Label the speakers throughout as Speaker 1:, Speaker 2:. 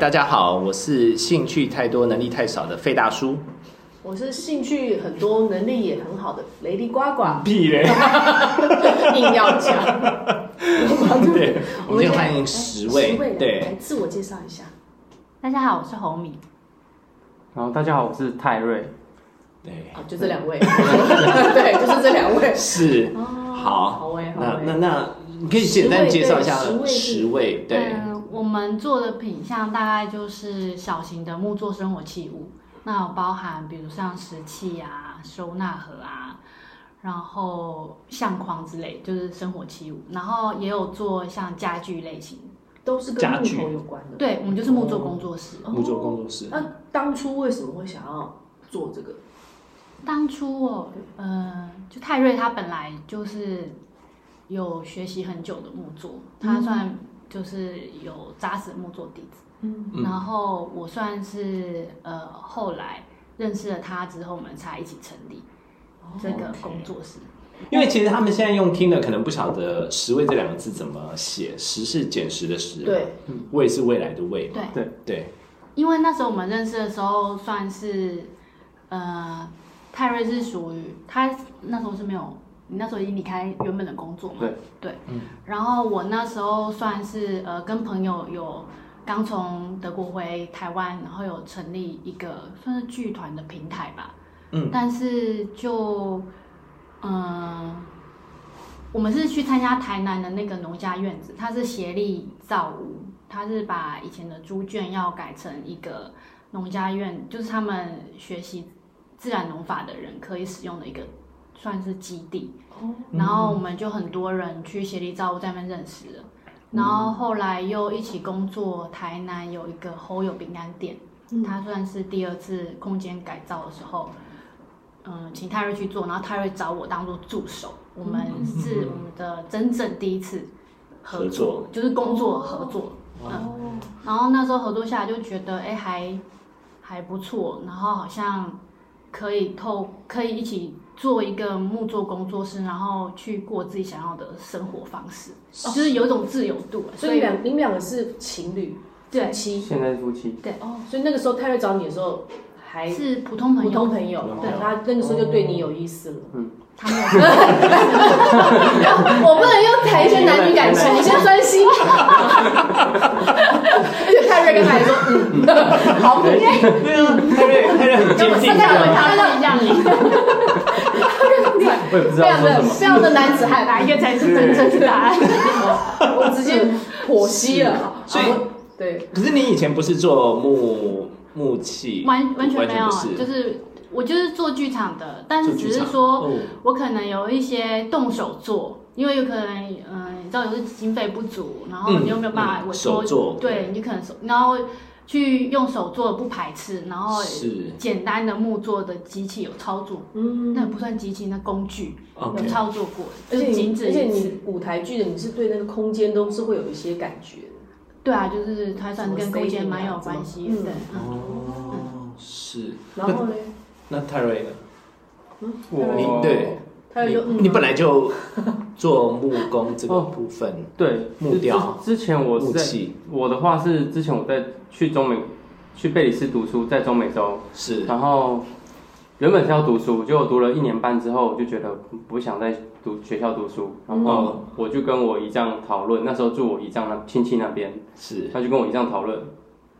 Speaker 1: 大家好，我是兴趣太多、能力太少的费大叔。
Speaker 2: 我是兴趣很多、能力也很好的雷迪呱 呱，
Speaker 1: 屁嘞！
Speaker 2: 硬要讲。
Speaker 1: 对，我们今天欢迎
Speaker 2: 哎
Speaker 1: 十位，
Speaker 2: 来来
Speaker 1: 对，
Speaker 2: 自我介绍一下。
Speaker 3: 大家好，我是侯米。
Speaker 4: 然后大家好，我是泰瑞。
Speaker 1: 对，
Speaker 2: 啊，就这两 位，对，就是这两位。
Speaker 1: 是。
Speaker 2: 哦
Speaker 1: 好
Speaker 2: 好哎，好
Speaker 1: 那那
Speaker 2: 哎。
Speaker 1: 那，你可以简单介绍一下
Speaker 2: 十位对
Speaker 1: 十
Speaker 2: 十
Speaker 1: 位，对，
Speaker 3: 嗯，我们做的品相大概就是小型的木作生活器物，那有包含比如像石器啊、收纳盒啊，然后相框之类，就是生活器物。然后也有做像家具类型，
Speaker 2: 都是跟
Speaker 1: 家
Speaker 2: 木
Speaker 1: 具
Speaker 2: 头有关的。哦
Speaker 3: 对我们就是木作工作室。
Speaker 1: 木作工作室。
Speaker 2: 那当初为什么会想要做这个？
Speaker 3: 当初哦，呃，就泰瑞他本来就是有学习很久的木作，他算就是有扎实的木作底子。
Speaker 2: 嗯，
Speaker 1: 嗯
Speaker 3: 然后我算是呃后来认识了他之后，我们才一起成立
Speaker 2: 哦
Speaker 3: 这个工作室。
Speaker 1: 因为其实他们现在用听的可能不晓得“十位”这两个字怎么写，“十”是捡拾的“十”，，
Speaker 2: 对，
Speaker 1: 未是未来的未嘛，
Speaker 3: 对，
Speaker 1: 对，
Speaker 3: 因为那时候我们认识的时候，算是呃泰瑞是属于他那时候是没有，你那时候已经离开原本的工作嘛，
Speaker 4: 对
Speaker 3: 然后我那时候算是呃跟朋友有刚从德国回台湾，然后有成立一个算是剧团的平台吧，
Speaker 1: 嗯，
Speaker 3: 但是就嗯、呃我们是去参加台南的那个农家院子，它是协力造屋，它是把以前的猪圈要改成一个农家院，就是他们学习自然农法的人可以使用的一个算是基地。
Speaker 2: 哦，
Speaker 3: 然后我们就很多人去协力造物在那边认识了，然后后来又一起工作。台南有一个侯友饼干店，
Speaker 2: 嗯
Speaker 3: 它算是第二次空间改造的时候，嗯，请泰瑞去做，然后泰瑞找我当做助手。我们是我们的真正第一次
Speaker 1: 合
Speaker 3: 嗯合
Speaker 1: 作
Speaker 3: 作，就是工作合作。
Speaker 2: 哦，
Speaker 3: 然后那时候合作下来就觉得，哎，还还不错，然后好像可以透可以一起做一个木作工作室，然后去过自己想要的生活方式，就是有一种自由度。
Speaker 2: 所以你两你们两个是情侣，
Speaker 3: 对
Speaker 2: 夫妻。
Speaker 4: 现在是夫妻，
Speaker 2: 哦，所以那个时候泰瑞找你的时候还
Speaker 3: 是普通朋
Speaker 2: 普
Speaker 3: 友，
Speaker 2: 通朋友，
Speaker 1: 对
Speaker 2: 他那个时候就对你有意思了。
Speaker 3: 他没有
Speaker 2: 我不能又谈一些男女感情，我先专心。而且泰瑞跟他也说，嗯，好不愿意。
Speaker 1: 对啊，泰瑞泰瑞很 坚定
Speaker 2: 刚刚
Speaker 1: 的，
Speaker 3: 他不一样你，
Speaker 4: 我也不知
Speaker 2: 非
Speaker 4: 道
Speaker 2: 常
Speaker 4: 说
Speaker 2: 的
Speaker 4: 什么。
Speaker 2: 非常的男子汉，
Speaker 3: 哪一个才是真正的答案？
Speaker 2: 我直接剖析了。
Speaker 1: 所以
Speaker 2: 好对，
Speaker 1: 可是你以前不是做木木器，
Speaker 3: 完完全没有
Speaker 1: 不是，，
Speaker 3: 就是我就是做剧场的，但
Speaker 1: 做
Speaker 3: 是
Speaker 1: 剧
Speaker 3: 只
Speaker 1: 场
Speaker 3: 是说。
Speaker 1: 哦
Speaker 3: 我可能有一些动手做，因为有可能，嗯、你知道有时经费不足，然后
Speaker 1: 嗯
Speaker 3: 你又没有办法
Speaker 1: 嗯
Speaker 3: 委
Speaker 1: 手
Speaker 3: 托，
Speaker 1: 做
Speaker 3: 对，你就可能手，然后去用手做不排斥，然后
Speaker 1: 是
Speaker 3: 简单的木做的机器有操作，
Speaker 2: 嗯，
Speaker 3: 那不算机器，那工具有
Speaker 1: OK，
Speaker 3: 操作过，
Speaker 2: 而且
Speaker 3: 就仅
Speaker 2: 你
Speaker 3: 止
Speaker 2: 而且
Speaker 3: 于此。
Speaker 2: 你舞台剧的，你是对那个空间都是会有一些感觉的。
Speaker 3: 对啊，就是它算
Speaker 2: 什
Speaker 3: 跟
Speaker 2: 么
Speaker 3: 空间
Speaker 2: staging 啊
Speaker 3: 蛮有关系
Speaker 2: 什么
Speaker 3: 的，对，嗯
Speaker 1: 哦，是。
Speaker 2: 然后呢，
Speaker 1: 那泰瑞呢？
Speaker 4: 我
Speaker 1: 你对，
Speaker 2: 泰瑞就
Speaker 1: 你
Speaker 2: 嗯，
Speaker 1: 你本来就做木工这个部 分，
Speaker 4: 对
Speaker 1: 木雕
Speaker 4: 之之哦前我是
Speaker 1: 木
Speaker 4: 在
Speaker 1: 器
Speaker 4: 我的话是之前我在去中美去贝里斯读书，在中美洲，
Speaker 1: 是
Speaker 4: 然后原本是要读书，就我读了一年半之后，我就觉得不想再读学校读书，然
Speaker 1: 嗯
Speaker 4: 后我就跟我姨丈讨论，那时候住我姨丈那亲戚那边，
Speaker 1: 是
Speaker 4: 他就跟我姨丈讨论，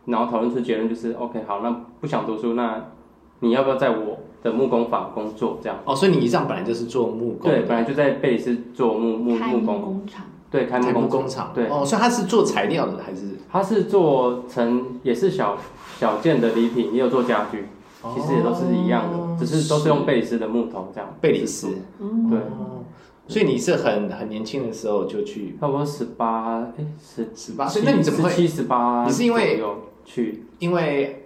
Speaker 4: 然后讨论出结论就是 OK 好，那不想读书，那你要不要在我的木工坊工作这样？
Speaker 1: 哦，所以你一上本来就是做木工
Speaker 4: 对，
Speaker 1: 的，
Speaker 4: 本来就在贝里斯做木木
Speaker 3: 开
Speaker 4: 木
Speaker 3: 木
Speaker 4: 工，
Speaker 3: 工厂，
Speaker 4: 对，开木
Speaker 1: 木
Speaker 4: 工。
Speaker 1: 工厂，
Speaker 4: 对
Speaker 1: 哦，所以他是做材料的还是？
Speaker 4: 他是做成也是小小件的礼品，也有做家具，其实也都是一样的，
Speaker 1: 哦
Speaker 4: 只是都是用贝里斯的木头这样。
Speaker 1: 贝里斯，
Speaker 4: 嗯对，
Speaker 1: 哦所以你是很很年轻的时候就去
Speaker 4: 差不多十八哎十
Speaker 1: 十八岁，啊那你怎么
Speaker 4: 十
Speaker 1: 会
Speaker 4: 七十八？
Speaker 1: 你是因为
Speaker 4: 去
Speaker 1: 因为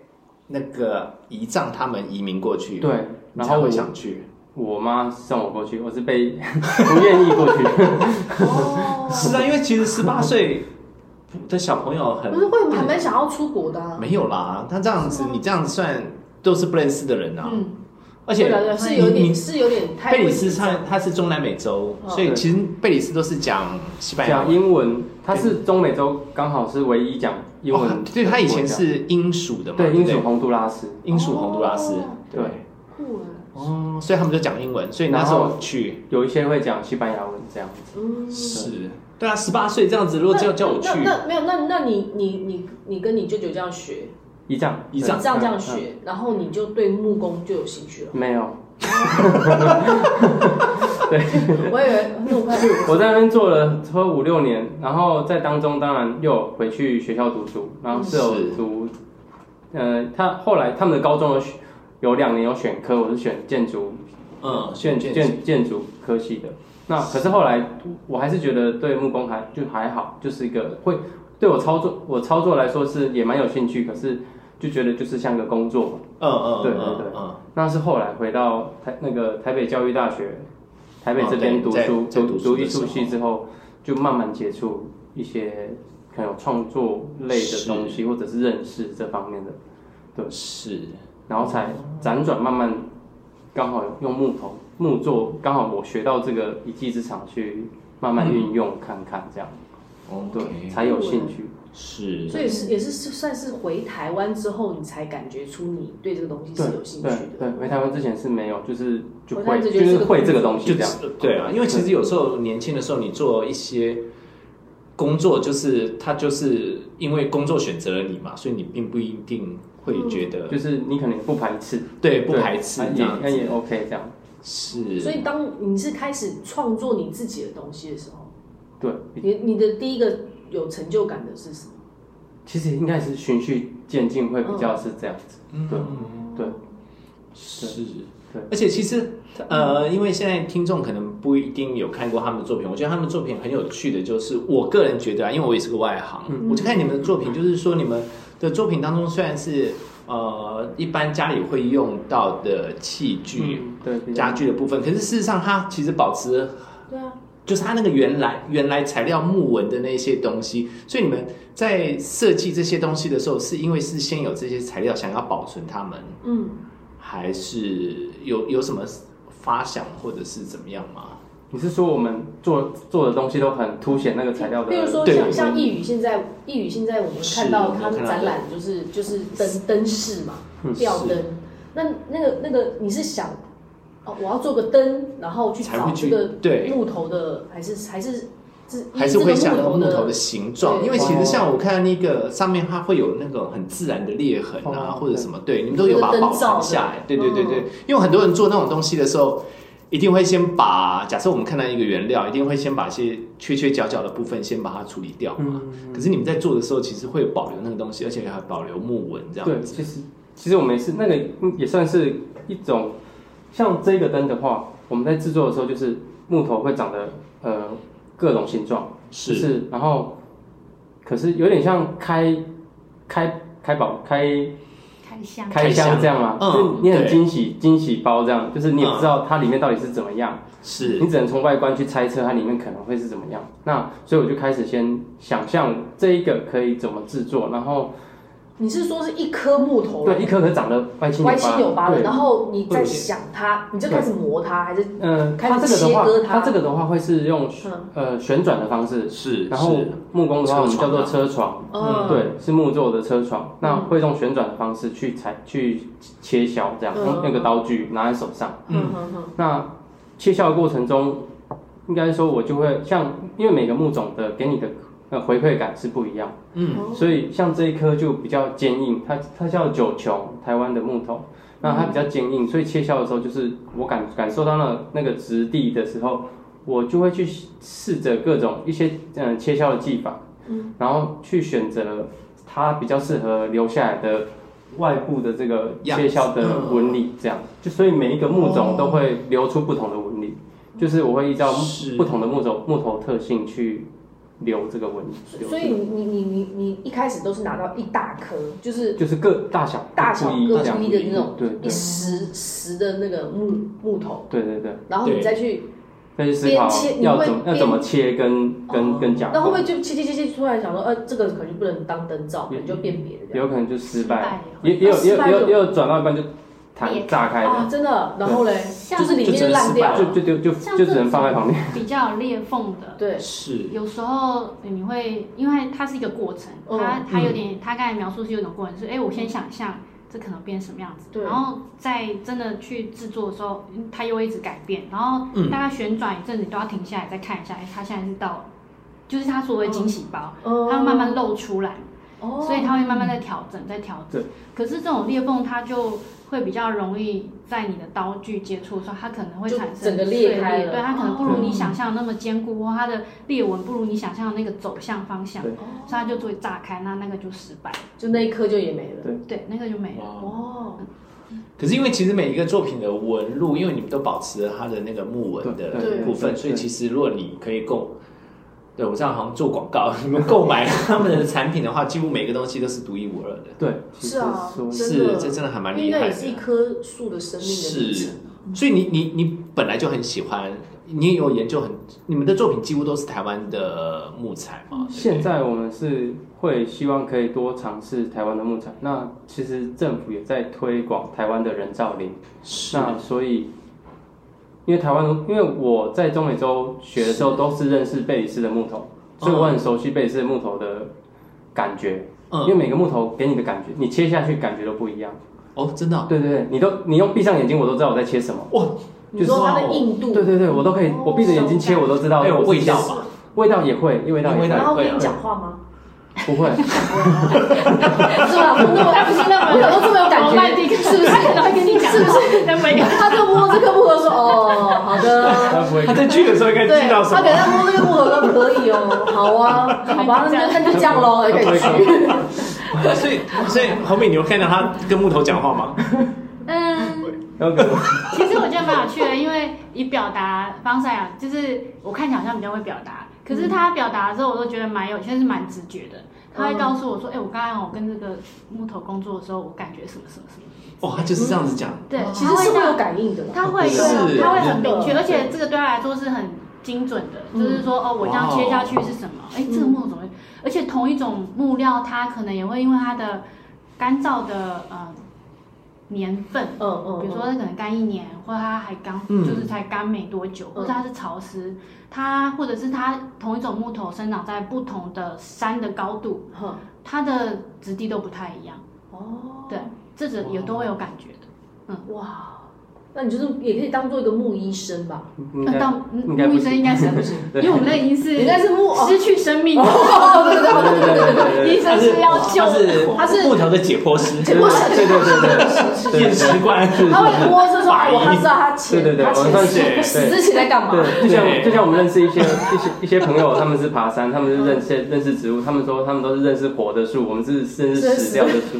Speaker 1: 那个姨丈他们移民过去，，
Speaker 4: 对，然后
Speaker 1: 会
Speaker 4: 我
Speaker 1: 想去，
Speaker 4: 我妈送我过去，我是被 不愿意 过去。
Speaker 2: 哦，
Speaker 1: 是啊，因为其实十 八岁的小朋友很
Speaker 2: 不是会还蛮想要出国的啊。
Speaker 1: 没有啦，他这样子，你这样子算都是不认识的人啊。
Speaker 3: 嗯，
Speaker 1: 而且
Speaker 2: 对对是有
Speaker 1: 你
Speaker 2: 点是有点太
Speaker 1: 贝里
Speaker 2: 会
Speaker 1: 斯
Speaker 2: 紧张
Speaker 1: 上它是中南美洲，
Speaker 2: 哦
Speaker 1: 所以
Speaker 4: 对
Speaker 1: 其实贝里斯都是讲西班牙
Speaker 4: 讲
Speaker 1: 文。
Speaker 4: 英文，它是中美洲刚好是唯一讲英文的
Speaker 1: 哦
Speaker 4: 国家。
Speaker 1: 对，它以前是英属的嘛，
Speaker 4: 对
Speaker 1: 不
Speaker 4: 英属洪都拉斯，
Speaker 1: 英属洪都拉斯
Speaker 2: 哦，
Speaker 1: 对
Speaker 4: 对，
Speaker 2: 酷哎，
Speaker 1: 哦，所以他们就讲英文，所以那时
Speaker 4: 然
Speaker 1: 候
Speaker 4: 后
Speaker 1: 去
Speaker 4: 有一些会讲西班牙文这样子。
Speaker 2: 嗯，
Speaker 1: 是，对啊，十八岁这样子，如果叫叫我去
Speaker 2: 那，那那没有，那那你你你你跟你舅舅这样学，
Speaker 4: 一丈
Speaker 1: 一
Speaker 2: 你
Speaker 1: 丈
Speaker 2: 这样这样学，然后你就对木工就有兴趣了。
Speaker 4: 没有，
Speaker 2: 我以为那我快
Speaker 4: 我在那边做了差不多五六年，然后在当中当然又有回去学校读书，然后是
Speaker 1: 是
Speaker 4: 有读，呃，他后来他们的高中有选有两年有选科，我是选建筑
Speaker 1: 嗯，
Speaker 4: 建建建筑科系的。那可是后来我还是觉得对木工还就还好，就是一个会对我操作我操作来说是也蛮有兴趣，可是就觉得就是像个工作嘛。
Speaker 1: 嗯嗯，
Speaker 4: 对
Speaker 1: 嗯
Speaker 4: 对对
Speaker 1: 嗯，
Speaker 4: 那是后来回到台那个台北教育大学，台北这
Speaker 1: 哦对
Speaker 4: 边读书、
Speaker 1: 在在读
Speaker 4: 读
Speaker 1: 书的
Speaker 4: 读艺术
Speaker 1: 时
Speaker 4: 系
Speaker 1: 候
Speaker 4: 之后，就慢慢接触一些可能有创作类的
Speaker 1: 是
Speaker 4: 东西，或者是认识这方面的，对
Speaker 1: 是，
Speaker 4: 然后才辗转慢慢刚好用木头木作，刚好我学到这个一技之长去慢慢运用看看，这样、哦对
Speaker 1: OK，
Speaker 4: 才有兴趣。
Speaker 1: 是，
Speaker 2: 所以是也是是算是回台湾之后，你才感觉出你对这个东西
Speaker 4: 对
Speaker 2: 是有兴趣
Speaker 4: 对对，
Speaker 2: 的。
Speaker 4: 回台湾之前是没有，就是就
Speaker 2: 回台湾
Speaker 4: 会
Speaker 2: 就
Speaker 4: 就
Speaker 2: 觉得这
Speaker 4: 是
Speaker 2: 个
Speaker 4: 会这个东
Speaker 1: 就
Speaker 4: 西这样。
Speaker 1: 对啊，因为其实有时候年轻的时候，你做一些工作，就是他就是因为工作选择了你嘛，所以你并不一定会觉得、
Speaker 4: 就是你可能不排斥，
Speaker 1: 对不排斥
Speaker 4: 嗯对
Speaker 1: 这
Speaker 4: 也
Speaker 1: 样
Speaker 4: 那
Speaker 1: 子
Speaker 4: 也 OK 这样。
Speaker 1: 是，
Speaker 2: 所以当你是开始创作你自己的东西的时候，
Speaker 4: 对，
Speaker 1: 嗯
Speaker 2: 你你的第一个有成就感的是什么？
Speaker 4: 其实应该是循序渐进，会比较是这样子。
Speaker 1: 嗯
Speaker 4: 对对
Speaker 1: 是
Speaker 4: 对。
Speaker 1: 而且其实，呃，因为现在听众可能不一定有看过他们的作品，我觉得他们的作品很有趣的，就是我个人觉得啊，因为我也是个外行，
Speaker 4: 嗯
Speaker 1: 我就看你们的作品，就是说你们的作品当中虽然是呃一般家里会用到的器具、
Speaker 4: 嗯对比
Speaker 1: 家
Speaker 4: 较
Speaker 1: 具的部分，可是事实上它其实保持
Speaker 2: 对啊，
Speaker 1: 就是它那个原来原来材料木纹的那些东西，所以你们在设计这些东西的时候，是因为是先有这些材料想要保存它们，
Speaker 2: 嗯，
Speaker 1: 还是有有什么发想或者是怎么样吗？
Speaker 4: 你是说我们做做的东西都很凸显那个材料的？
Speaker 2: 比如说
Speaker 1: 对
Speaker 2: 像
Speaker 1: 对
Speaker 2: 像易宇现在，易宇现在我们
Speaker 1: 是
Speaker 2: 看
Speaker 1: 我
Speaker 2: 到
Speaker 1: 们
Speaker 2: 他
Speaker 1: 看
Speaker 2: 们
Speaker 1: 到
Speaker 2: 展
Speaker 1: 的
Speaker 2: 览就是就是灯灯饰嘛，
Speaker 4: 嗯
Speaker 2: 吊
Speaker 1: 是
Speaker 2: 灯。那那个那个你是想，哦，我要做个灯，然后去
Speaker 1: 才
Speaker 2: 找
Speaker 1: 会
Speaker 2: 这
Speaker 1: 去
Speaker 2: 个
Speaker 1: 对
Speaker 2: 木头的，还是还是是
Speaker 1: 还是会想
Speaker 2: 这个
Speaker 1: 到
Speaker 2: 木
Speaker 1: 木
Speaker 2: 头
Speaker 1: 头
Speaker 2: 的
Speaker 1: 的形状，
Speaker 2: 对
Speaker 1: 因为其
Speaker 4: 哦
Speaker 1: 实像我看那个上面，它会有那种很自然的裂痕啊，
Speaker 4: 哦
Speaker 1: 或者什么，对，你们都有把它
Speaker 2: 有个
Speaker 1: 保
Speaker 2: 灯罩哦
Speaker 1: 存下来。
Speaker 2: 对
Speaker 1: 对对对对，因为很多人做那种东西的时候，一定会先把假设我们看到一个原料，一定会先把一些缺缺角角的部分先把它处理掉嘛。
Speaker 4: 嗯
Speaker 2: 嗯
Speaker 1: 可是你们在做的时候，其实会有保留那个东西，而且还保留木纹这
Speaker 4: 对，
Speaker 1: 样子。
Speaker 4: 其实其实我们也是那个嗯也算是一种，像这个灯的话，我们在制作的时候就是木头会长得呃各种形状，就是是然后可是有点像开开开宝开
Speaker 3: 开箱，
Speaker 4: 开箱这样嘛，
Speaker 1: 嗯
Speaker 4: 就你很
Speaker 1: 对
Speaker 4: 惊喜惊喜包这样，就是你也
Speaker 1: 嗯
Speaker 4: 不知道它里面到底是怎么样。
Speaker 1: 是
Speaker 2: 嗯
Speaker 4: 你只能从外观去猜测它里面可能会是怎么样。那所以我就开始先想象这一个可以怎么制作，然后
Speaker 2: 你是说是一颗木头，
Speaker 4: 对一颗颗长得歪七
Speaker 2: 哦歪七扭八的，
Speaker 4: 对
Speaker 2: 然后你
Speaker 1: 会
Speaker 2: 在
Speaker 1: 有些
Speaker 2: 想它，你就开始磨它，还是
Speaker 4: 嗯，
Speaker 2: 开始
Speaker 4: 它这个的
Speaker 2: 切割
Speaker 4: 话，
Speaker 2: 它
Speaker 4: 它这个的话会是用
Speaker 2: 嗯
Speaker 4: 呃旋转的方式，
Speaker 1: 是，
Speaker 4: 然后
Speaker 1: 是
Speaker 4: 木工的话我们叫做
Speaker 1: 车啊
Speaker 4: 车床，
Speaker 2: 嗯
Speaker 4: 对，是木做的车床，那会用旋转的方式去裁去切削，这样
Speaker 2: 嗯
Speaker 4: 用那个刀具拿在手上。
Speaker 2: 嗯哼哼，
Speaker 4: 那切削的过程中，应该说我就会像，因为每个木种的给你的呃回馈感是不一样，
Speaker 1: 嗯
Speaker 2: 哦
Speaker 4: 所以像这一颗就比较坚硬，它它叫九穹，台湾的木头，那它比较坚硬，所以切削的时候就是我感感受到那那个质地的时候，我就会去试着各种一些嗯、呃切削的技法，然后去选择它比较适合留下来的。外部的这个
Speaker 1: 样子
Speaker 4: 切削的
Speaker 1: 嗯
Speaker 4: 纹理，这样就所以每一个木种都会留出不同的纹理，就是我会依照
Speaker 1: 是
Speaker 4: 不同的木种木头特性去留这个纹理。留
Speaker 2: 所以
Speaker 4: 这个
Speaker 2: 你你你你你一开始都是拿到一大颗，就是
Speaker 4: 就是各大小
Speaker 2: 大小
Speaker 4: 不一
Speaker 2: 各
Speaker 4: 这样
Speaker 2: 不一的那种
Speaker 4: 对
Speaker 2: 一
Speaker 1: 嗯
Speaker 4: 对
Speaker 2: 石石的那个木木头，
Speaker 4: 对对对，
Speaker 2: 然后你
Speaker 1: 对
Speaker 2: 再去，
Speaker 4: 那就思考
Speaker 2: 边切你
Speaker 4: 要
Speaker 2: 会
Speaker 4: 怎么要
Speaker 2: 边哦
Speaker 4: 怎么切跟跟跟加
Speaker 2: 那会不
Speaker 4: 工，
Speaker 2: 会就切切切切，突然想说，呃，这个可能就不能当灯罩，可能就变别的这样。
Speaker 4: 有可能就失败，
Speaker 3: 失败也
Speaker 4: 也也有也
Speaker 2: 哦失败
Speaker 4: 有也
Speaker 2: 就
Speaker 4: 有也有转到一半就弹
Speaker 3: 裂开
Speaker 4: 炸开的，
Speaker 2: 啊，真的。然后嘞，
Speaker 3: 像
Speaker 2: 就是里
Speaker 1: 嗯就只
Speaker 2: 面
Speaker 1: 能
Speaker 2: 烂掉
Speaker 1: 失败
Speaker 2: 了。
Speaker 4: 就就就
Speaker 3: 像
Speaker 4: 就只能放在旁边。
Speaker 3: 哦比较有裂缝的，
Speaker 2: 对，
Speaker 1: 是
Speaker 3: 有时候你会，因为它是一个过程，
Speaker 2: 嗯
Speaker 3: 它它有点，它刚才描述是有种过程，是哎，我先想象这可能变什么样子，
Speaker 2: 对
Speaker 3: 然后在真的去制作的时候，嗯它又会一直改变，然后
Speaker 2: 嗯
Speaker 3: 大概旋转一阵子，你都要停下来再看一下，哎，它现在是到，就是它所谓惊喜包，
Speaker 2: 嗯
Speaker 3: 它会慢慢露出来，
Speaker 2: 哦，
Speaker 3: 所以它会慢慢在调整，在调整
Speaker 4: 对。
Speaker 3: 可是这种裂缝，它就会比较容易在你的刀具接触的时候，它可能会
Speaker 2: 就
Speaker 3: 产生
Speaker 2: 整个裂
Speaker 3: 碎
Speaker 2: 开了
Speaker 3: 对，它可能不
Speaker 4: 哦
Speaker 3: 如你想象的那么坚固，或它的裂纹不如你想象的那个走向方向，所
Speaker 4: 对
Speaker 3: 以它就会炸开，那那个就失败，
Speaker 2: 就那一颗就也没了。
Speaker 3: 对，那个就没了。
Speaker 1: 哇。
Speaker 2: 哦，
Speaker 1: 可是因为其实每一个作品的纹路，因为你们都保持了它的那个木纹的
Speaker 4: 对
Speaker 2: 对
Speaker 1: 部分，
Speaker 4: 对
Speaker 1: 所以其实如果你可以购，对我这样好像做广告，你们购买他们的产品的话，几乎每个东西都是独一无二的。
Speaker 4: 对，其
Speaker 2: 是
Speaker 4: 实
Speaker 2: 啊，
Speaker 4: 说
Speaker 2: 真
Speaker 1: 是，
Speaker 2: 的，
Speaker 1: 这真的还蛮
Speaker 2: 因为
Speaker 1: 厉
Speaker 2: 那
Speaker 1: 害
Speaker 2: 也是一
Speaker 1: 的。
Speaker 2: 棵树的生命的历
Speaker 1: 是
Speaker 2: 程。，
Speaker 1: 所以你你你本来就很喜欢，你也有研究很，你们的作品几乎都是台湾的木材嘛。对不对
Speaker 4: 现在我们是会希望可以多尝试台湾的木材。那其实政府也在推广台湾的人造林。
Speaker 1: 是啊
Speaker 4: 那所以，因为台湾，因为我在中美洲学的时候都是认识贝里斯的木头，所以我很熟悉贝里斯的木头的感觉。因为
Speaker 1: 嗯
Speaker 4: 每个木头给你的感觉，你切下去感觉都不一样。
Speaker 1: 哦，真的哦
Speaker 4: 对对对，你都你用闭上眼睛，我都知道我在切什么。
Speaker 1: 哇，
Speaker 2: 你说它的硬度，
Speaker 4: 对对对，我都可以，我闭着眼睛切，我都知道
Speaker 1: 还有
Speaker 4: 我是
Speaker 1: 味
Speaker 4: 切
Speaker 1: 道
Speaker 4: 什么，
Speaker 1: 嘛，
Speaker 4: 味道也会，味道也
Speaker 1: 味道
Speaker 4: 会
Speaker 2: 然后跟
Speaker 1: 对
Speaker 2: 你讲话 吗？
Speaker 4: 不会。
Speaker 2: 是
Speaker 3: 哦
Speaker 2: 吧？我那么他不是那么，我都这么有感
Speaker 3: 我卖
Speaker 2: 觉，
Speaker 3: 哦地
Speaker 2: 是不是？
Speaker 3: 他可能会跟你讲，
Speaker 2: 是不
Speaker 3: 是？但没有，
Speaker 2: 他这个摸这个木盒说哦，好的。
Speaker 4: 他不会
Speaker 1: 他在锯的时候应该
Speaker 2: 对，
Speaker 1: 锯到什
Speaker 2: 他给
Speaker 1: 么？
Speaker 2: 他摸这个木盒说可以哦，好啊，好吧，那就那就这样喽，可以去。
Speaker 1: 所以所以后面你有看到他跟木头讲话吗？
Speaker 3: 嗯。
Speaker 4: 有可能
Speaker 3: 其实我觉得蛮有趣的，因为以表达方式来讲，就是我看起来好像比较会表达，可是他表达的时候，我都觉得蛮有趣，是蛮直觉的。他会告诉我说：“哎、我刚刚我跟这个木头工作的时候，我感觉什么什么什么。
Speaker 1: 哇，哦他就是这样子讲，”
Speaker 3: 对，
Speaker 2: 其实是会
Speaker 3: 他
Speaker 2: 有
Speaker 3: 会
Speaker 2: 感应的啦。
Speaker 3: 他会
Speaker 1: 是
Speaker 3: 有，他会很明确，
Speaker 2: 真的
Speaker 3: 而且这个对他来说是很精准的，
Speaker 2: 嗯哦
Speaker 3: 就是说哦，我这样切下去是什么？哎、这个木头怎么会？而且同一种木料，它可能也会因为它的干燥的呃年份，
Speaker 2: 嗯嗯，
Speaker 3: 比如说它可能干一年，或者它还刚、
Speaker 1: 嗯
Speaker 3: 就是才干没多久，或者它是潮湿，它或者是它同一种木头生长在不同的山的高度，
Speaker 2: 哼
Speaker 3: 它的质地都不太一样，
Speaker 2: 哦，
Speaker 3: 对，这种也都会有感觉的。
Speaker 2: 哇，那你就是也可以当做一个木医生吧？
Speaker 4: 应
Speaker 3: 那
Speaker 4: 该
Speaker 3: 到
Speaker 4: 应该
Speaker 3: 木
Speaker 4: 不
Speaker 3: 医
Speaker 4: 行
Speaker 3: 生应该是不行，因为我们那已经是
Speaker 2: 应该是木哦，
Speaker 3: 失去生命，
Speaker 2: 哦对对
Speaker 4: 对对对对对
Speaker 3: 医生是要救
Speaker 1: 他是
Speaker 3: 活
Speaker 2: 他是
Speaker 1: 木头的解剖师，
Speaker 2: 解剖师
Speaker 4: 对对对对
Speaker 1: 对眼神观，
Speaker 4: 是
Speaker 3: 哦
Speaker 2: 他会摸着说，哎我他知道他
Speaker 4: 对对
Speaker 2: 前
Speaker 4: 对，
Speaker 2: 他
Speaker 4: 我们算
Speaker 1: 是
Speaker 2: 前
Speaker 4: 是
Speaker 2: 死
Speaker 4: 对
Speaker 2: 之前在干嘛？
Speaker 4: 对，就像
Speaker 1: 对
Speaker 4: 就像我们认识一些一些一些朋友，他们是爬山，他们是认识认识植物，他们说他们都是认识活的树，我们是认识死掉的 树。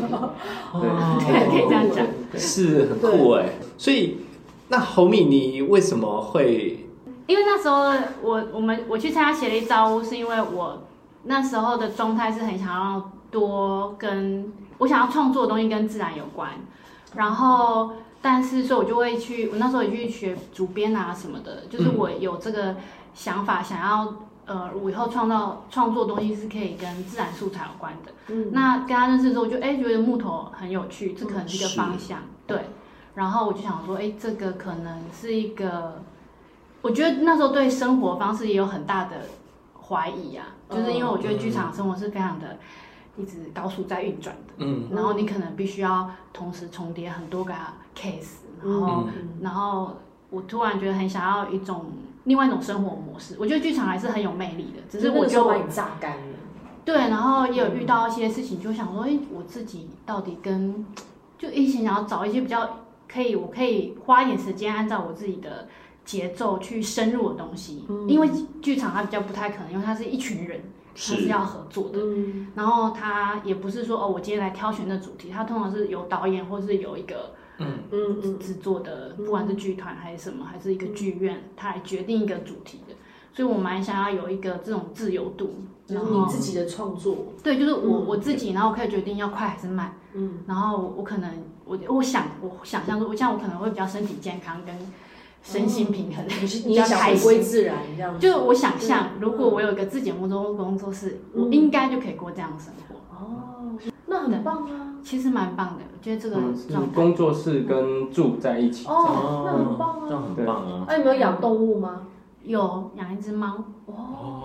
Speaker 3: 对可以这样讲
Speaker 1: 哦
Speaker 4: 对
Speaker 1: 是很酷哎。所以那侯敏，你为什么会
Speaker 3: 因为那时候我我们我去参加协力招屋，是因为我那时候的状态是很想要多跟我想要创作的东西跟自然有关，然后但是所以我就会去，我那时候也去学主编啊什么的，就是我有这个想法，想要呃我以后创造创作的东西是可以跟自然素材有关的。
Speaker 2: 嗯，
Speaker 3: 那跟他认识之后，我就哎、觉得木头很有趣，这可能是一个方向。对，然后我就想说，哎、这个可能是一个，我觉得那时候对生活方式也有很大的怀疑啊，就是因为我觉得剧场生活是非常的一直高速在运转的，
Speaker 1: 嗯
Speaker 3: 然后你可能必须要同时重叠很多个 case，然后
Speaker 2: 嗯
Speaker 3: 然后我突然觉得很想要一种另外一种生活模式，我觉得剧场还是很有魅力的，只是我
Speaker 2: 就
Speaker 3: 就
Speaker 2: 把你榨干了。
Speaker 3: 对，然后也有遇到一些事情，就想说，哎、我自己到底跟，就一心想要找一些比较可以，我可以花一点时间，按照我自己的节奏去深入的东西。
Speaker 2: 嗯
Speaker 3: 因为剧场它比较不太可能，因为它是一群人，它是
Speaker 1: 是
Speaker 3: 要合作的。
Speaker 2: 嗯，
Speaker 3: 然后它也不是说哦，我今天来挑选的主题，它通常是由导演或是有一个
Speaker 2: 嗯嗯，
Speaker 3: 制作的，不管是剧团还是什么，还是一个剧院，它来决定一个主题的。所以我蛮想要有一个这种自由度，
Speaker 2: 就
Speaker 3: 然
Speaker 2: 是你
Speaker 3: 后
Speaker 2: 自己的创作，
Speaker 3: 对，就是我、
Speaker 2: 嗯
Speaker 3: 我自己，然后我可以决定要快还是慢。
Speaker 2: 嗯，
Speaker 3: 然后我可能我我想我想象中，我这样我可能会比较身体健康跟身心平衡，
Speaker 2: 你是
Speaker 3: 比
Speaker 2: 你
Speaker 3: 较
Speaker 2: 也想
Speaker 3: 开
Speaker 2: 回归
Speaker 3: 心。
Speaker 2: 自然这样子。
Speaker 3: 就是我想象，
Speaker 2: 嗯
Speaker 3: 如果我有一个自己的工作工作室，
Speaker 2: 嗯
Speaker 3: 我应该就可以过这样的生活。
Speaker 2: 哦，那那很棒啊！
Speaker 3: 其实蛮棒的，我觉得这个
Speaker 4: 嗯，是
Speaker 3: 状态。
Speaker 4: 工作室跟住在一起。
Speaker 2: 哦，那很棒
Speaker 1: 这样
Speaker 2: 啊！
Speaker 1: 很棒啊！
Speaker 2: 哎，你们有养动物吗？
Speaker 3: 有养一只猫，
Speaker 2: 哦，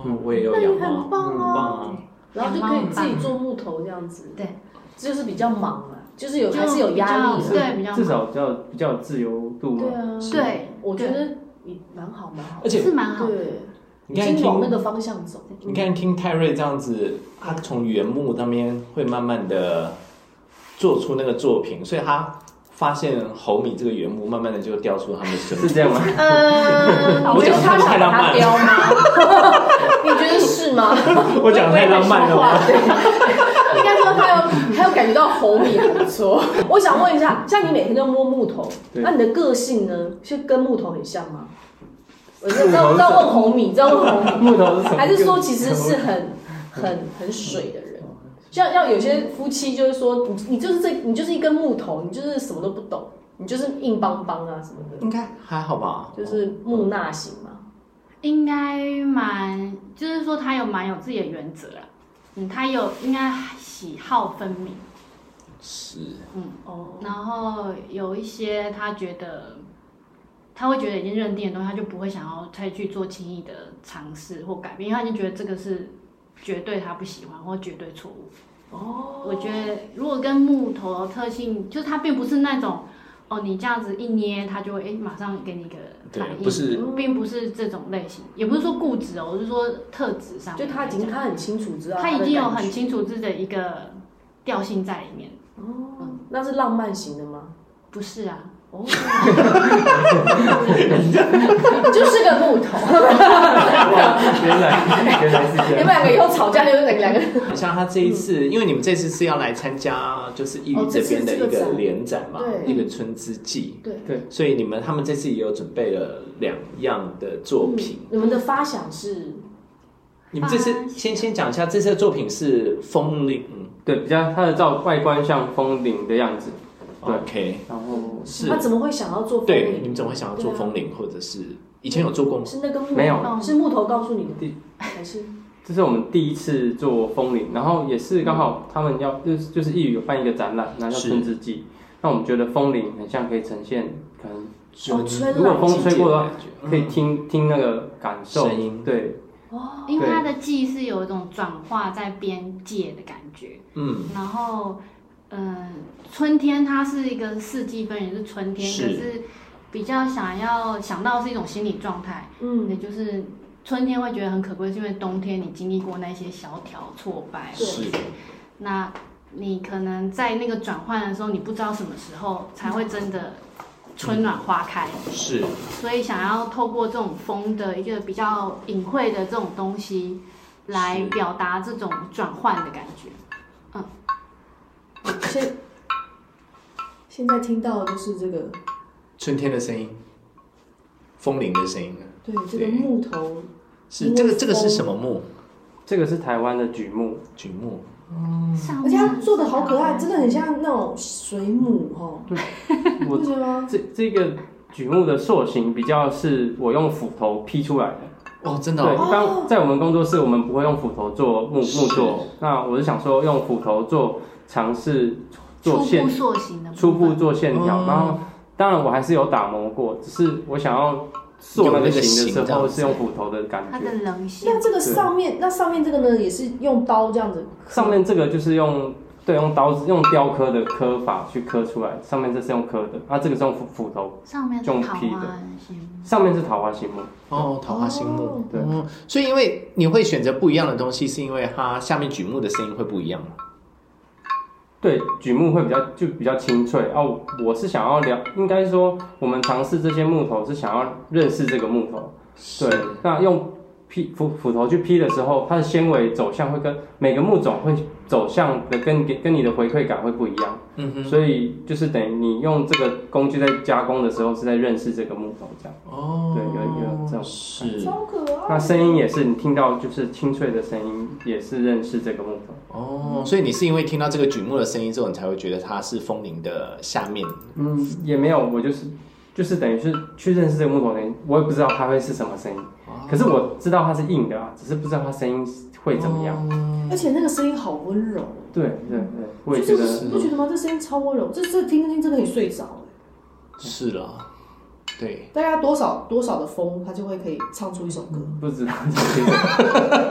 Speaker 1: 哦，我也有
Speaker 2: 那
Speaker 1: 养
Speaker 2: 你很
Speaker 1: 猫，
Speaker 2: 棒
Speaker 1: 很
Speaker 2: 啊！
Speaker 1: 棒啊！
Speaker 2: 然后就可以自己做木头这样子。
Speaker 3: 嗯对，
Speaker 2: 就是比较忙了，就是有
Speaker 3: 就
Speaker 2: 还是有压力啊
Speaker 3: 比
Speaker 2: 的。
Speaker 3: 较对比较
Speaker 4: 至少比较比较有自由
Speaker 1: 嗯
Speaker 4: 度嘛
Speaker 2: 对。啊，
Speaker 3: 对，
Speaker 2: 我觉得你蛮好蛮好
Speaker 1: 而，且
Speaker 3: 是蛮好的。
Speaker 2: 对，
Speaker 1: 你看
Speaker 2: 先往那
Speaker 1: 听，
Speaker 2: 个方向走。
Speaker 1: 你看听泰瑞这样子，他从原木那边会慢慢的做出那个作品，所以他发现猴米这个原木慢慢的就雕出他们的生
Speaker 4: 是
Speaker 1: 命。
Speaker 4: 这样吗？
Speaker 2: 嗯，
Speaker 3: 呃
Speaker 1: 我讲得
Speaker 2: 他
Speaker 1: 太
Speaker 2: 想
Speaker 1: 浪
Speaker 2: 把
Speaker 1: 漫
Speaker 2: 它
Speaker 1: 了
Speaker 2: 雕吗？ 你觉得是吗？
Speaker 1: 我讲得太浪漫了吧？
Speaker 2: 对，应该说他有他有感觉到红米很不错。我想问一下，像你每天都摸木头，
Speaker 4: 对
Speaker 2: 那你的个性呢，是跟木头很像吗？我
Speaker 4: 木
Speaker 2: 知
Speaker 4: 头是
Speaker 2: 道知道问红米，知道问 红米，
Speaker 4: 木头是什么？
Speaker 2: 还是说其实是很很很水的人？像要有些夫妻就是说，你你就是这你就是一根木头，你就是什么都不懂，你就是硬邦邦啊什么的，
Speaker 1: 应该还好吧？
Speaker 2: 就是木讷型嘛。
Speaker 3: 应该蛮，就是说他有蛮有自己的原则啦。嗯，他有应该喜好分明，
Speaker 1: 是
Speaker 2: 哦，
Speaker 3: 然后有一些他觉得他会觉得已经认定的东西，他就不会想要再去做轻易的尝试或改变，因为他已经觉得这个是绝对他不喜欢或绝对错误。
Speaker 2: 哦
Speaker 3: 我觉得如果跟木头的特性，就是它并不是那种哦，你这样子一捏，它就会哎、诶马上给你一个
Speaker 1: 对
Speaker 3: 反应，
Speaker 1: 不是
Speaker 3: 并不是这种类型，也不是说固执哦，我是说特质上
Speaker 2: 就
Speaker 3: 面
Speaker 2: 他
Speaker 3: 来
Speaker 2: 已
Speaker 3: 讲，
Speaker 2: 经他很清楚知道
Speaker 3: 他
Speaker 2: 的
Speaker 3: 已经有
Speaker 2: 感
Speaker 3: 很
Speaker 2: 觉
Speaker 3: 清楚自己的一个调性在里面，
Speaker 2: 哦，那是浪漫型的吗？
Speaker 3: 不是啊，
Speaker 2: 哦，就是个木 头。
Speaker 4: 哇原来原来是这
Speaker 2: 你们
Speaker 4: 样。
Speaker 2: 两个以后吵架就是两个人
Speaker 1: 像他这一次，因为你们这次是要来参加就是义
Speaker 2: 嗯哦
Speaker 1: 乌
Speaker 2: 这
Speaker 1: 这
Speaker 2: 次
Speaker 1: 边的
Speaker 2: 这
Speaker 1: 一
Speaker 2: 个
Speaker 1: 个
Speaker 2: 展
Speaker 1: 联展嘛，
Speaker 2: 对
Speaker 1: 一个春之祭，
Speaker 2: 对
Speaker 4: 对，
Speaker 1: 所以你们他们这次也有准备了两样的作品。
Speaker 2: 嗯你们的发想是
Speaker 1: 你们这次
Speaker 3: 发
Speaker 1: 先先讲一下，这次的作品是风铃
Speaker 4: 对，比较它的造外观像风铃的样子，对
Speaker 1: ，OK，
Speaker 4: 然后
Speaker 1: 是
Speaker 2: 他怎么会想要做啊风
Speaker 1: 对，你
Speaker 2: 铃？啊
Speaker 1: 们怎么会想要做
Speaker 2: 对啊
Speaker 1: 风铃，或者是以前有做过吗？
Speaker 2: 是那个木
Speaker 4: 没有
Speaker 3: 嗯
Speaker 2: 是木头告诉你的
Speaker 4: 第，
Speaker 2: 还是
Speaker 4: 这是我们第一次做风铃，然后也是刚好他们要就是就是一语有办一个展览，那叫
Speaker 1: 是
Speaker 4: 春之祭。那我们觉得风铃很像可以呈现，可能
Speaker 2: 哦春
Speaker 4: 如果风吹过的话
Speaker 1: 季节感觉
Speaker 4: 可以听、听那个感受
Speaker 1: 嗯声音，
Speaker 4: 对，
Speaker 2: 哦
Speaker 3: 因为它的记是有一种转化在边界的感觉，
Speaker 1: 嗯，
Speaker 3: 然后，嗯、春天它是一个四季分明，是春天，
Speaker 1: 是
Speaker 3: 可是比较想要想到是一种心理状态，
Speaker 2: 嗯
Speaker 3: 也就是春天会觉得很可贵，是因为冬天你经历过那些萧条挫败，
Speaker 2: 对
Speaker 1: 是
Speaker 3: 那你可能在那个转换的时候，你不知道什么时候才会真的春暖花开，
Speaker 1: 是，
Speaker 3: 所以想要透过这种风的一个比较隐晦的这种东西，来
Speaker 1: 是
Speaker 3: 表达这种转换的感觉。
Speaker 2: 现现在听到的就是这个
Speaker 1: 春天的声音，风铃的声音啊，
Speaker 2: 对这
Speaker 1: 对
Speaker 2: 个木头
Speaker 1: 是
Speaker 2: 因为
Speaker 1: 这个这个是
Speaker 2: 风
Speaker 1: 什么木？
Speaker 4: 这个是台湾的榉木，
Speaker 1: 榉木，
Speaker 3: 上
Speaker 2: 而且它
Speaker 3: 面
Speaker 2: 做的好啊可爱，
Speaker 3: 是
Speaker 2: 真的很像那种水母哦，你
Speaker 4: 我
Speaker 2: 不觉得吗？
Speaker 4: 这这个榉木的塑形比较是我用斧头劈出来的。
Speaker 1: 哦，真的
Speaker 4: 对，
Speaker 1: 哦，
Speaker 4: 一般在我们工作室，我们不会用斧头做木
Speaker 1: 是
Speaker 4: 木作。那我是想说，用斧头做尝试做
Speaker 3: 初步
Speaker 4: 线，
Speaker 3: 塑形的部分
Speaker 4: 初步做线
Speaker 3: 哦
Speaker 4: 条。
Speaker 1: 嗯
Speaker 4: 然后，当然我还是有打磨过，只是我想要做那
Speaker 1: 有那
Speaker 4: 个形的
Speaker 1: 个形这
Speaker 4: 时
Speaker 1: 样
Speaker 4: 候
Speaker 1: 子
Speaker 4: 是用斧头的感
Speaker 3: 它
Speaker 4: 觉
Speaker 3: 的。棱线
Speaker 2: 那，这个上面，那上面这个呢，也是用刀这样子刻。
Speaker 4: 上面这个就是用对用刀子用雕刻的刻法去刻出来，上面这是用刻的，啊那这个是用斧斧头，
Speaker 3: 上面是
Speaker 4: 用
Speaker 3: 桃啊
Speaker 4: 劈的
Speaker 3: 花心，
Speaker 4: 上面是桃花心木。
Speaker 1: 哦，桃花心木。
Speaker 2: 哦
Speaker 4: 对
Speaker 1: 嗯，所以因为你会选择不一样的东西，是因为它下面榉木的声音会不一样吗？
Speaker 4: 对，榉木会比较就比较清脆哦。我是想要聊，应该说我们尝试这些木头是想要认识这个木头。对，那用劈斧斧头去劈的时候，它的纤维走向会跟每个木种会走向的跟跟你的回馈感会不一样，
Speaker 1: 嗯哼，
Speaker 4: 所以就是等于你用这个工具在加工的时候是在认识这个木头这样。
Speaker 1: 哦，
Speaker 4: 对有有这种
Speaker 1: 是
Speaker 2: 超可爱。
Speaker 4: 那声音也是你听到就是清脆的声音，也是认识这个木头。
Speaker 1: 哦，所以你是因为听到这个榉木的声音之后，你才会觉得它是风铃的下面
Speaker 4: 嗯，也没有，我就是就是等于是去认识这个木头人，我也不知道它会是什么声音，
Speaker 1: 哦
Speaker 4: 可是我知道它是硬的啊，只是不知道它声音会怎么样。
Speaker 1: 样
Speaker 2: 而且那个声音好温柔，
Speaker 4: 对对对，我也
Speaker 2: 就
Speaker 4: 觉
Speaker 2: 是
Speaker 4: 得嗯
Speaker 2: 你不觉得吗？这声音超温柔，这这听着听真的可以睡着。欸
Speaker 1: 是啦，对，
Speaker 2: 大概多少多少的风，它就会可以唱出一首歌。
Speaker 4: 不知道，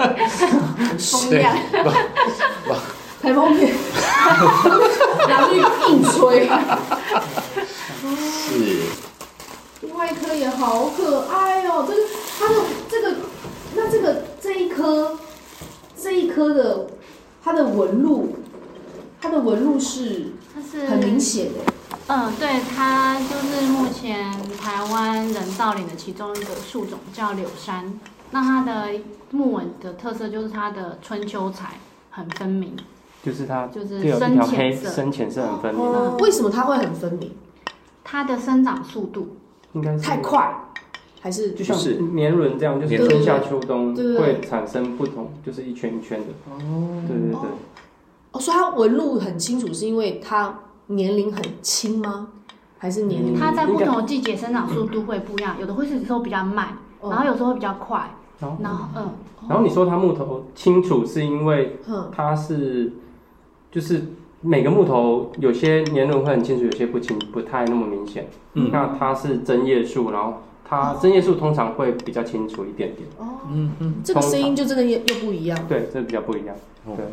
Speaker 3: 风量，
Speaker 2: 台风天，然后就硬吹。啊
Speaker 1: 是
Speaker 2: 另外一颗也好可爱哦，这个它的这个，那这个这一颗，这一颗的它的纹路，它的纹路是
Speaker 3: 它是
Speaker 2: 很明显的。欸
Speaker 3: 嗯，对，它就是目前台湾人造林的其中一个树种，叫柳杉。那它的木纹的特色就是它的春秋彩很分明，
Speaker 4: 就是它
Speaker 3: 就是
Speaker 4: 就有一
Speaker 3: 深
Speaker 4: 条黑
Speaker 3: 浅色。
Speaker 4: 深浅色很分明，
Speaker 2: 哦，为什么它会很分明？
Speaker 3: 它的生长速度，
Speaker 4: 应该是
Speaker 2: 太快，还是
Speaker 4: 就
Speaker 1: 就是
Speaker 4: 像年轮这样，就是
Speaker 1: 年
Speaker 2: 轮
Speaker 4: 春夏秋冬
Speaker 2: 对对对
Speaker 4: 会产生不同，就是一圈一圈的。哦，对对对，
Speaker 2: 哦，所以它纹路很清楚，是因为它年龄很轻吗？还是年龄？
Speaker 4: 嗯
Speaker 3: 它在
Speaker 4: 应
Speaker 3: 不
Speaker 4: 该
Speaker 3: 同的季节生长速度会不一样，有的会是有时候比较慢，
Speaker 2: 哦
Speaker 3: 嗯然后有时候会比较快，
Speaker 4: 然后
Speaker 3: 然后嗯，
Speaker 4: 然后你说它木头清楚，是因为
Speaker 2: 嗯，
Speaker 4: 它是就是每个木头有些年轮会很清楚，有些不清不太那么明显。
Speaker 1: 嗯
Speaker 4: 那它是针叶树，然后它针叶树通常会比较清楚一点点。
Speaker 2: 哦，
Speaker 1: 嗯嗯，
Speaker 2: 这个声音就真的又又不一样。
Speaker 4: 对，这比较不一样。
Speaker 1: 哦
Speaker 4: 对，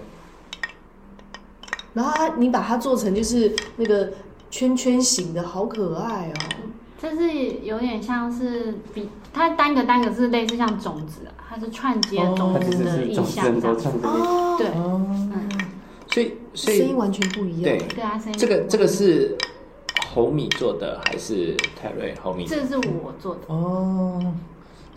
Speaker 2: 然后它你把它做成就是那个圈圈型的，好可爱哦。
Speaker 3: 这是有点像是比它单个单个是类似像种子啊，它是串接
Speaker 4: 它
Speaker 3: 种
Speaker 4: 其
Speaker 3: 子
Speaker 4: 实
Speaker 3: 的
Speaker 4: 是
Speaker 3: 意
Speaker 4: 种
Speaker 3: 象这
Speaker 4: 子多
Speaker 3: 样，
Speaker 4: 串的。
Speaker 2: 哦，
Speaker 3: 对嗯
Speaker 1: 所以所
Speaker 2: 声音
Speaker 1: 以
Speaker 2: 完全不一样。
Speaker 1: 对，
Speaker 3: 对啊，声音
Speaker 1: 这个
Speaker 3: 不一样
Speaker 1: 这个是红米做的还是泰瑞红米？
Speaker 3: 这是我做的，
Speaker 1: 哦，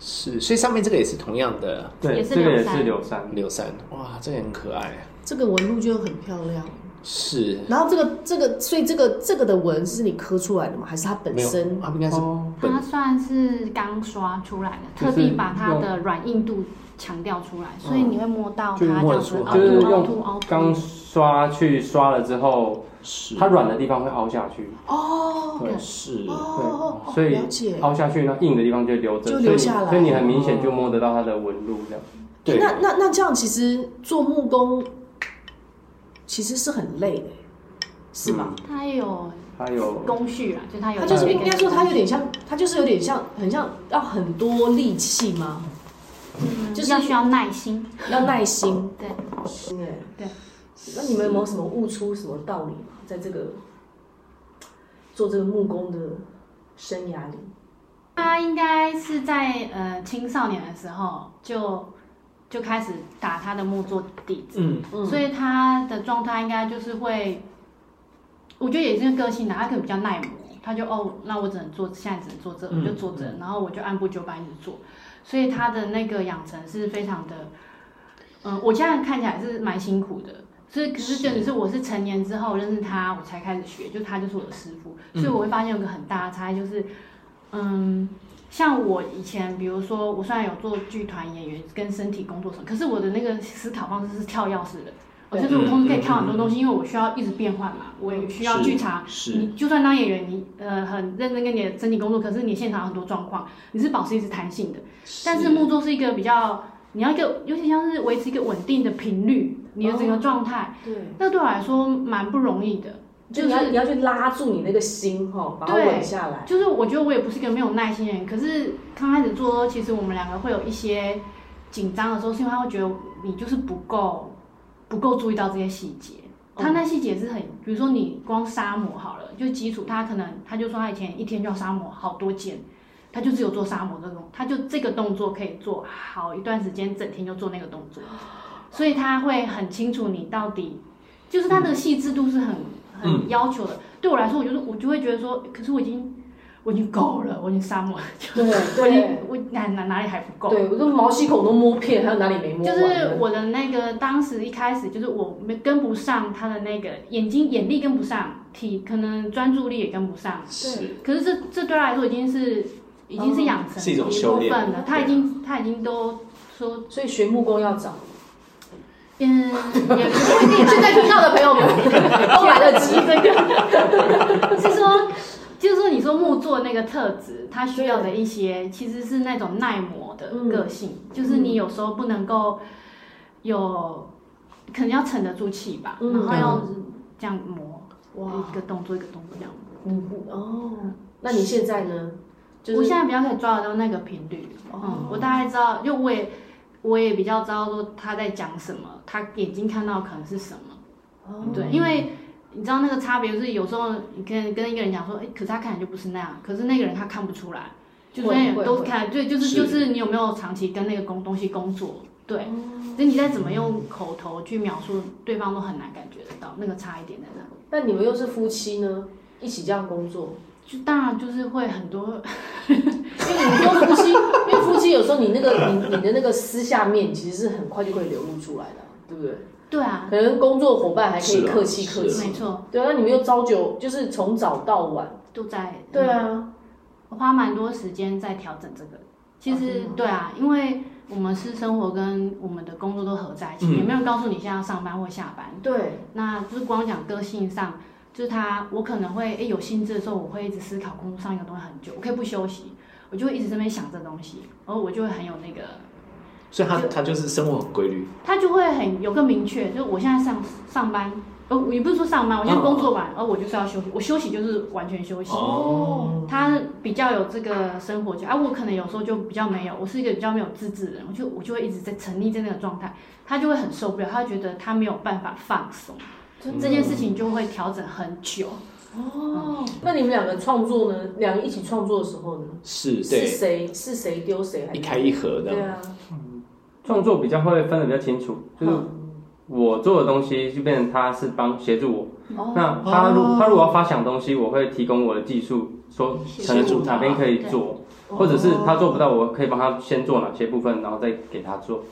Speaker 1: 是，所以上面这个也是同样的
Speaker 4: 对，
Speaker 3: 也是
Speaker 4: 这个也
Speaker 3: 柳杉
Speaker 4: 是柳杉。
Speaker 1: 六三，哇，这个很可爱，
Speaker 2: 这个纹路就很漂亮。
Speaker 1: 是
Speaker 2: 然后这个这个，所以这个这个的纹是你刻出来的吗？还是它本
Speaker 1: 没有啊
Speaker 2: 身？，
Speaker 1: 它应该是
Speaker 4: 哦
Speaker 1: 本
Speaker 3: 它算是刚刷出来的，
Speaker 4: 就
Speaker 3: 特
Speaker 4: 是
Speaker 3: 地把它的软硬度强调出来，所以你会摸到它
Speaker 1: 就是摸得
Speaker 3: 这样子
Speaker 1: 出来
Speaker 3: 凹
Speaker 4: 就是
Speaker 3: 凸凹
Speaker 4: 用
Speaker 3: 凸凹凸。
Speaker 4: 刚刷去刷了之后，
Speaker 1: 是
Speaker 4: 它软的地方会凹下去，
Speaker 2: 哦
Speaker 4: 对
Speaker 1: 是
Speaker 2: 哦哦，哦
Speaker 4: 所以
Speaker 2: 了解。
Speaker 4: 凹下去，那硬的地方就留着，
Speaker 2: 就
Speaker 4: 所
Speaker 2: 留
Speaker 4: 以
Speaker 2: 下来
Speaker 4: 所以你很明显就摸得到它的纹路这样。
Speaker 1: 对，
Speaker 2: 那那那这样其实做木工其实是很累的，是吧？
Speaker 3: 它有
Speaker 4: 它有
Speaker 3: 工序啊啦，就它有
Speaker 2: 它就是
Speaker 3: 一个
Speaker 2: 应该说它有点像，它就是有点像，很像要很多力气吗？
Speaker 3: 嗯
Speaker 2: 就是
Speaker 3: 要需要耐心，
Speaker 2: 要耐心。
Speaker 3: 对，
Speaker 2: 哦对
Speaker 3: 对。
Speaker 2: 那你们有没有什么悟出什么道理吗？在这个做这个木工的生涯里，
Speaker 3: 他应该是在呃青少年的时候就就开始打他的木做底子，
Speaker 1: 嗯
Speaker 3: 所以他的状态应该就是会，我觉得也是个性的，他可能比较耐磨，他就哦，那我只能做现在只能做这，
Speaker 1: 嗯
Speaker 3: 我就做这，然后我就按部就班一直做，所以他的那个养成是非常的，嗯，我现在看起来是蛮辛苦的。所以，可是就只是我是成年之后认识他，我才开始学，就他就是我的师傅，所以我会发现有个很大的差异，就是，嗯，像我以前，比如说我虽然有做剧团演员跟身体工作什么，可是我的那个思考方式是跳跃式的，我
Speaker 2: 对
Speaker 3: 就是我同时可以看很多东西，因为我需要一直变换嘛，我也需要
Speaker 1: 是
Speaker 3: 剧场。
Speaker 2: 嗯
Speaker 1: 是
Speaker 3: 你就算当演员，你呃很认真跟你的身体工作，可是你现场很多状况，你是保持一直弹性的。但是木作是一个比较，你要一个，尤其像是维持一个稳定的频率，你的整个状态，
Speaker 2: 对，
Speaker 3: 那对我来说蛮不容易的。
Speaker 2: 就
Speaker 3: 就
Speaker 2: 你要
Speaker 3: 是
Speaker 2: 你要去拉住你那个心哈，把它
Speaker 3: 对
Speaker 2: 稳下来。
Speaker 3: 就是我觉得我也不是一个没有耐心的人，可是刚开始做的时候，其实我们两个会有一些紧张的时候，是因为他会觉得你就是不够不够注意到这些细节。他那细节是很，比如说你光沙磨好了，就基础，他可能他就说他以前一天就要沙磨好多件，他就只有做沙磨这种，他就这个动作可以做好一段时间，整天就做那个动作，所以他会很清楚你到底，就是他的细致度是很、很要求的。对我来说，我就是我就会觉得说，可是我已经我已经够了，我已经沙磨了，就
Speaker 2: 对
Speaker 3: 我已经
Speaker 2: 对
Speaker 3: 我哪哪哪里还不够？
Speaker 2: 对，我都毛细孔都摸遍，还有哪里没摸
Speaker 3: 就
Speaker 2: 完
Speaker 3: 是我的那个当时一开始就是我没跟不上他的那个眼睛眼力跟不上，体可能专注力也跟不上。
Speaker 1: 是
Speaker 3: 可是这这对他来说已经是已经是养成
Speaker 1: 是一种
Speaker 3: 部
Speaker 1: 修
Speaker 3: 分
Speaker 1: 炼
Speaker 3: 了，他已经他已经都说
Speaker 2: 所以学木工要早。
Speaker 3: 嗯也不一 定
Speaker 2: 现在听到的朋友们都来得及，
Speaker 3: 这个，是说就是说你说木作那个特质，它需要的一些其实是那种耐磨的
Speaker 2: 嗯
Speaker 3: 个性，就是你有时候不能够有，可能要沉得住气吧，
Speaker 2: 嗯
Speaker 3: 然后要这样磨，
Speaker 2: 哇，
Speaker 3: 一个动作一个动作这样。
Speaker 2: 你不哦，那你现在呢？就
Speaker 3: 我
Speaker 2: 是
Speaker 3: 现在比较可以抓得到那个频率，
Speaker 2: 哦
Speaker 3: 嗯，我大概知道，就我也我也比较知道说他在讲什么，他眼睛看到可能是什么。
Speaker 2: 哦
Speaker 3: 对，因为你知道那个差别就是有时候你跟跟一个人讲说，哎、可是他看起来就不是那样，可是那个人他看不出来，就
Speaker 2: 会
Speaker 3: 是那
Speaker 2: 会
Speaker 3: 个都
Speaker 2: 会
Speaker 3: 看，对，就是
Speaker 1: 是
Speaker 3: 就是你有没有长期跟那个工东西工作，对，
Speaker 2: 哦
Speaker 3: 所以你再怎么用口头去描述，对方都很难感觉得到那个差一点在哪。
Speaker 2: 那你们又是夫妻呢，一起这样工作，
Speaker 3: 就当然就是会很多，
Speaker 2: 因为你跟 夫妻，因为夫妻有时候你那个你你的那个私下面其实是很快就可以流露出来的，对不对？
Speaker 3: 对啊，
Speaker 2: 可能工作伙伴还可以
Speaker 1: 是啊
Speaker 2: 客气
Speaker 1: 是啊
Speaker 2: 客气，
Speaker 3: 没错，
Speaker 2: 对啊，那你们又朝九，就是从早到晚，
Speaker 3: 都在
Speaker 2: 对啊，
Speaker 3: 我花蛮多时间在调整这个。其
Speaker 2: 哦真
Speaker 3: 实
Speaker 2: 的吗
Speaker 3: 对啊，因为我们私生活跟我们的工作都合在一起，
Speaker 1: 嗯
Speaker 3: 也没有人告诉你现在要上班或下班。
Speaker 2: 对，
Speaker 3: 那就是光讲个性上，就是他，我可能会诶有兴致的时候，我会一直思考工作上一个东西很久，我可以不休息，我就会一直这边想这东西，然后我就会很有那个，
Speaker 1: 所以他
Speaker 3: 就
Speaker 1: 他就是生活很规律，
Speaker 3: 他就会很有个明确，就是我现在上上班，呃，也不是说上班，我现在工作完，而、我就是要休息，我休息就是完全休息。
Speaker 1: 哦，
Speaker 3: 他比较有这个生活就啊，我可能有时候就比较没有，我是一个比较没有自制的人，我就我就会一直在沉溺在那个状态，他就会很受不了，他会觉得他没有办法放松，
Speaker 1: 真的
Speaker 3: 这件事情就会调整很久。
Speaker 2: 哦，那你们两个创作呢？两个一起创作的时候呢？
Speaker 1: 是
Speaker 2: 是
Speaker 1: 对，
Speaker 2: 谁是谁丢谁还
Speaker 1: 一
Speaker 2: 是？
Speaker 1: 开一合
Speaker 2: 对
Speaker 1: 的，
Speaker 2: 啊，
Speaker 4: 创作比较会分得比较清楚，就是
Speaker 2: 嗯
Speaker 4: 我做的东西就变成他是帮协助我。
Speaker 2: 哦
Speaker 4: 那他如
Speaker 1: 哦
Speaker 4: 他如果要发想东西，我会提供我的技术，说可能哪边可以做，或者是他做不到，我可以帮他先做哪些部分，然后再给他做。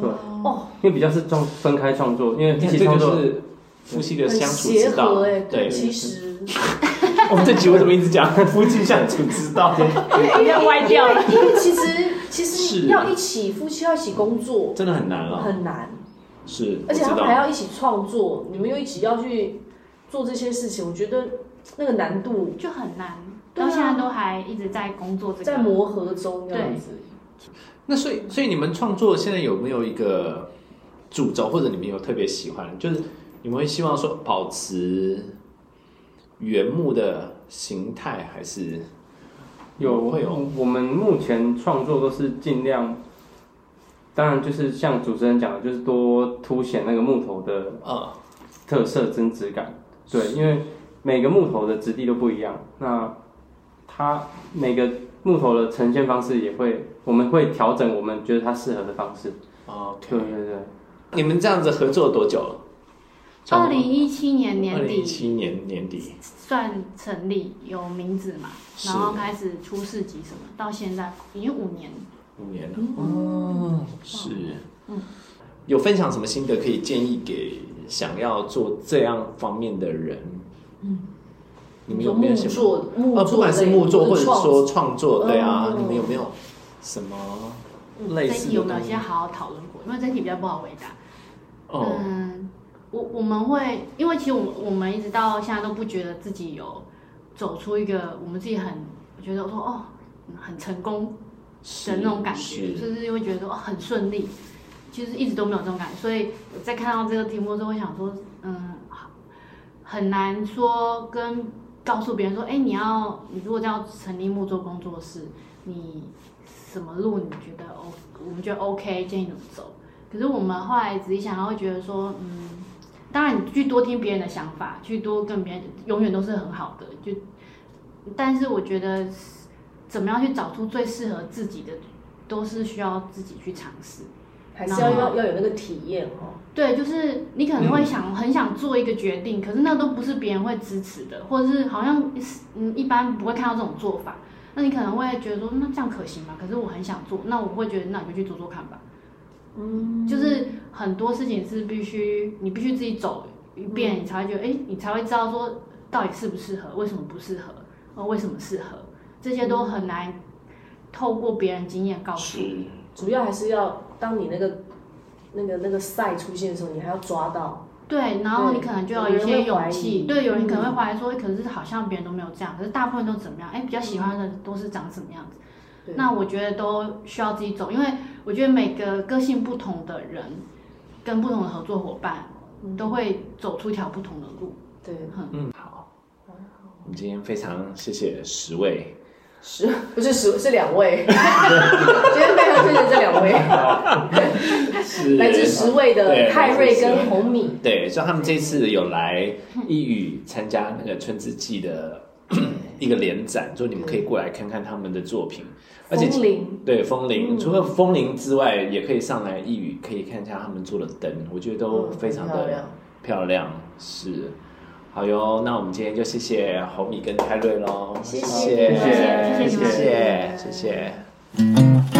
Speaker 4: 对
Speaker 2: 哦，
Speaker 4: 因为比较是创分开创作，因为一
Speaker 1: 你看
Speaker 4: 起
Speaker 1: 这
Speaker 4: 创
Speaker 1: 个
Speaker 4: 作
Speaker 1: 就是夫妻的
Speaker 2: 很
Speaker 1: 相处
Speaker 2: 协
Speaker 1: 之道
Speaker 2: 和哎，，
Speaker 1: 对。
Speaker 2: 其实
Speaker 1: 我们这集我怎么一直讲夫妻相处之道？
Speaker 3: 哎要歪掉了。
Speaker 2: 因为其实其实
Speaker 1: 是
Speaker 2: 要一起夫妻要一起工作
Speaker 1: 真的很难了，
Speaker 2: 很难，
Speaker 1: 是，
Speaker 2: 而且
Speaker 1: 我
Speaker 2: 他
Speaker 1: 知
Speaker 2: 们还
Speaker 1: 道。
Speaker 2: 要一起创作，你们又一起要去做这些事情，我觉得那个难度
Speaker 3: 就很难，
Speaker 2: 对啊
Speaker 3: 到现在都还一直在工作这个。
Speaker 2: 在磨合中这样子。
Speaker 1: 那所以，所以你们创作现在有没有一个主轴，或者你们有特别喜欢？就是你们会希望说保持原木的形态，还是
Speaker 4: 有
Speaker 1: 会有
Speaker 4: 我们目前创作都是尽量，当然就是像主持人讲的，就是多凸显那个木头的
Speaker 1: 呃
Speaker 4: 特色真质感。对，因为每个木头的质地都不一样，那它每个木头的呈现方式也会，我们会调整我们觉得它适合的方式。
Speaker 1: ，OK？
Speaker 4: 对对对，
Speaker 1: 哦你们这样子合作多久了？
Speaker 3: 二零一七年年
Speaker 1: 一
Speaker 3: 底
Speaker 1: 七年年底，
Speaker 3: 算成立有名字嘛，
Speaker 1: 是
Speaker 3: 然后开始出市集什么，到现在已经五年。
Speaker 1: 五年了。
Speaker 3: 嗯
Speaker 1: 哦，是，嗯，有分享什么心得可以建议给想要做这样方面的人？嗯，你们有没有
Speaker 2: 木
Speaker 1: 什么？
Speaker 2: 作木
Speaker 1: 呃，不
Speaker 2: 作
Speaker 1: 管是
Speaker 2: 类
Speaker 1: 木作或者
Speaker 2: 创
Speaker 1: 说创作，对啊
Speaker 2: 哦，
Speaker 1: 你们有没有什么
Speaker 3: 这
Speaker 1: 类
Speaker 3: 一
Speaker 1: 似
Speaker 3: 题
Speaker 1: 的
Speaker 3: 有没有
Speaker 1: 东西
Speaker 3: 先？好好讨论过？因为这一题比较不好回答。
Speaker 1: 哦，
Speaker 3: 嗯，我我们会，因为其实我们我们一直到现在都不觉得自己有走出一个我们自己很，我觉得我说哦很成功的
Speaker 1: 是
Speaker 3: 那种感觉，
Speaker 1: 是
Speaker 3: 就是会觉得说哦很顺利，其实一直都没有这种感觉，所以我在看到这个题目的时候，我想说，嗯，好很难说跟告诉别人说，哎、你要你如果要成立木作工作室，你什么路你觉得 O，我们觉得 OK，建议怎么走。可是我们后来仔细想，然后会觉得说，嗯，当然你去多听别人的想法，去多跟别人，永远都是很好的。就，但是我觉得怎么样去找出最适合自己的，都是需要自己去尝试。
Speaker 2: 还是要
Speaker 3: 然
Speaker 2: 要
Speaker 3: 后
Speaker 2: 要有那个体验哦。
Speaker 3: 对，就是你可能会想、很想做一个决定，可是那都不是别人会支持的，或者是好像嗯一般不会看到这种做法。那你可能会觉得说，那这样可行吗？可是我很想做，那我会觉得，那你就去做做看吧。
Speaker 2: 嗯，
Speaker 3: 就是很多事情是必须你必须自己走一遍，你才会觉得，哎、你才会知道说到底适不适合，为什么不适合，呃，为什么适合，这些都很难透过别人经验告诉你。
Speaker 1: 是
Speaker 2: 主要还是要当你那个那个那个赛出现的时候，你还要抓到
Speaker 3: 对，然后你可能就要有一
Speaker 5: 嗯有人
Speaker 3: 些
Speaker 5: 会怀疑
Speaker 3: 勇
Speaker 5: 嗯
Speaker 3: 气，对，有人可能会怀疑说，诶可是好像别人都没有这样，可是大部分都怎么样？哎，比较喜欢的都是长什么样子？
Speaker 5: 嗯对
Speaker 3: 那我觉得都需要自己走，因为我觉得每个个性不同的人，跟不同的合作伙伴，
Speaker 5: 嗯
Speaker 3: 都会走出一条不同的路。
Speaker 5: 对，
Speaker 1: 嗯，好，我们今天非常谢谢十位，
Speaker 5: 十不是十是两位，今天非常推荐这两位，
Speaker 1: 是
Speaker 5: 来自十位的泰瑞跟红米。
Speaker 1: 嗯对，所以他们这次有来一语参加那个春之祭的一个联展，所以你们可以过来看看他们的作品，而且
Speaker 5: 风铃
Speaker 1: 对风铃，除了风铃之外，也可以上来一语可以看一下他们做的灯，我觉得都非常
Speaker 5: 嗯很漂
Speaker 1: 的
Speaker 5: 亮
Speaker 1: 漂亮，是。好哟，那我们今天就谢谢红米跟泰瑞喽，
Speaker 5: 谢谢
Speaker 1: 谢谢谢
Speaker 3: 谢谢谢谢你们
Speaker 1: 谢谢谢。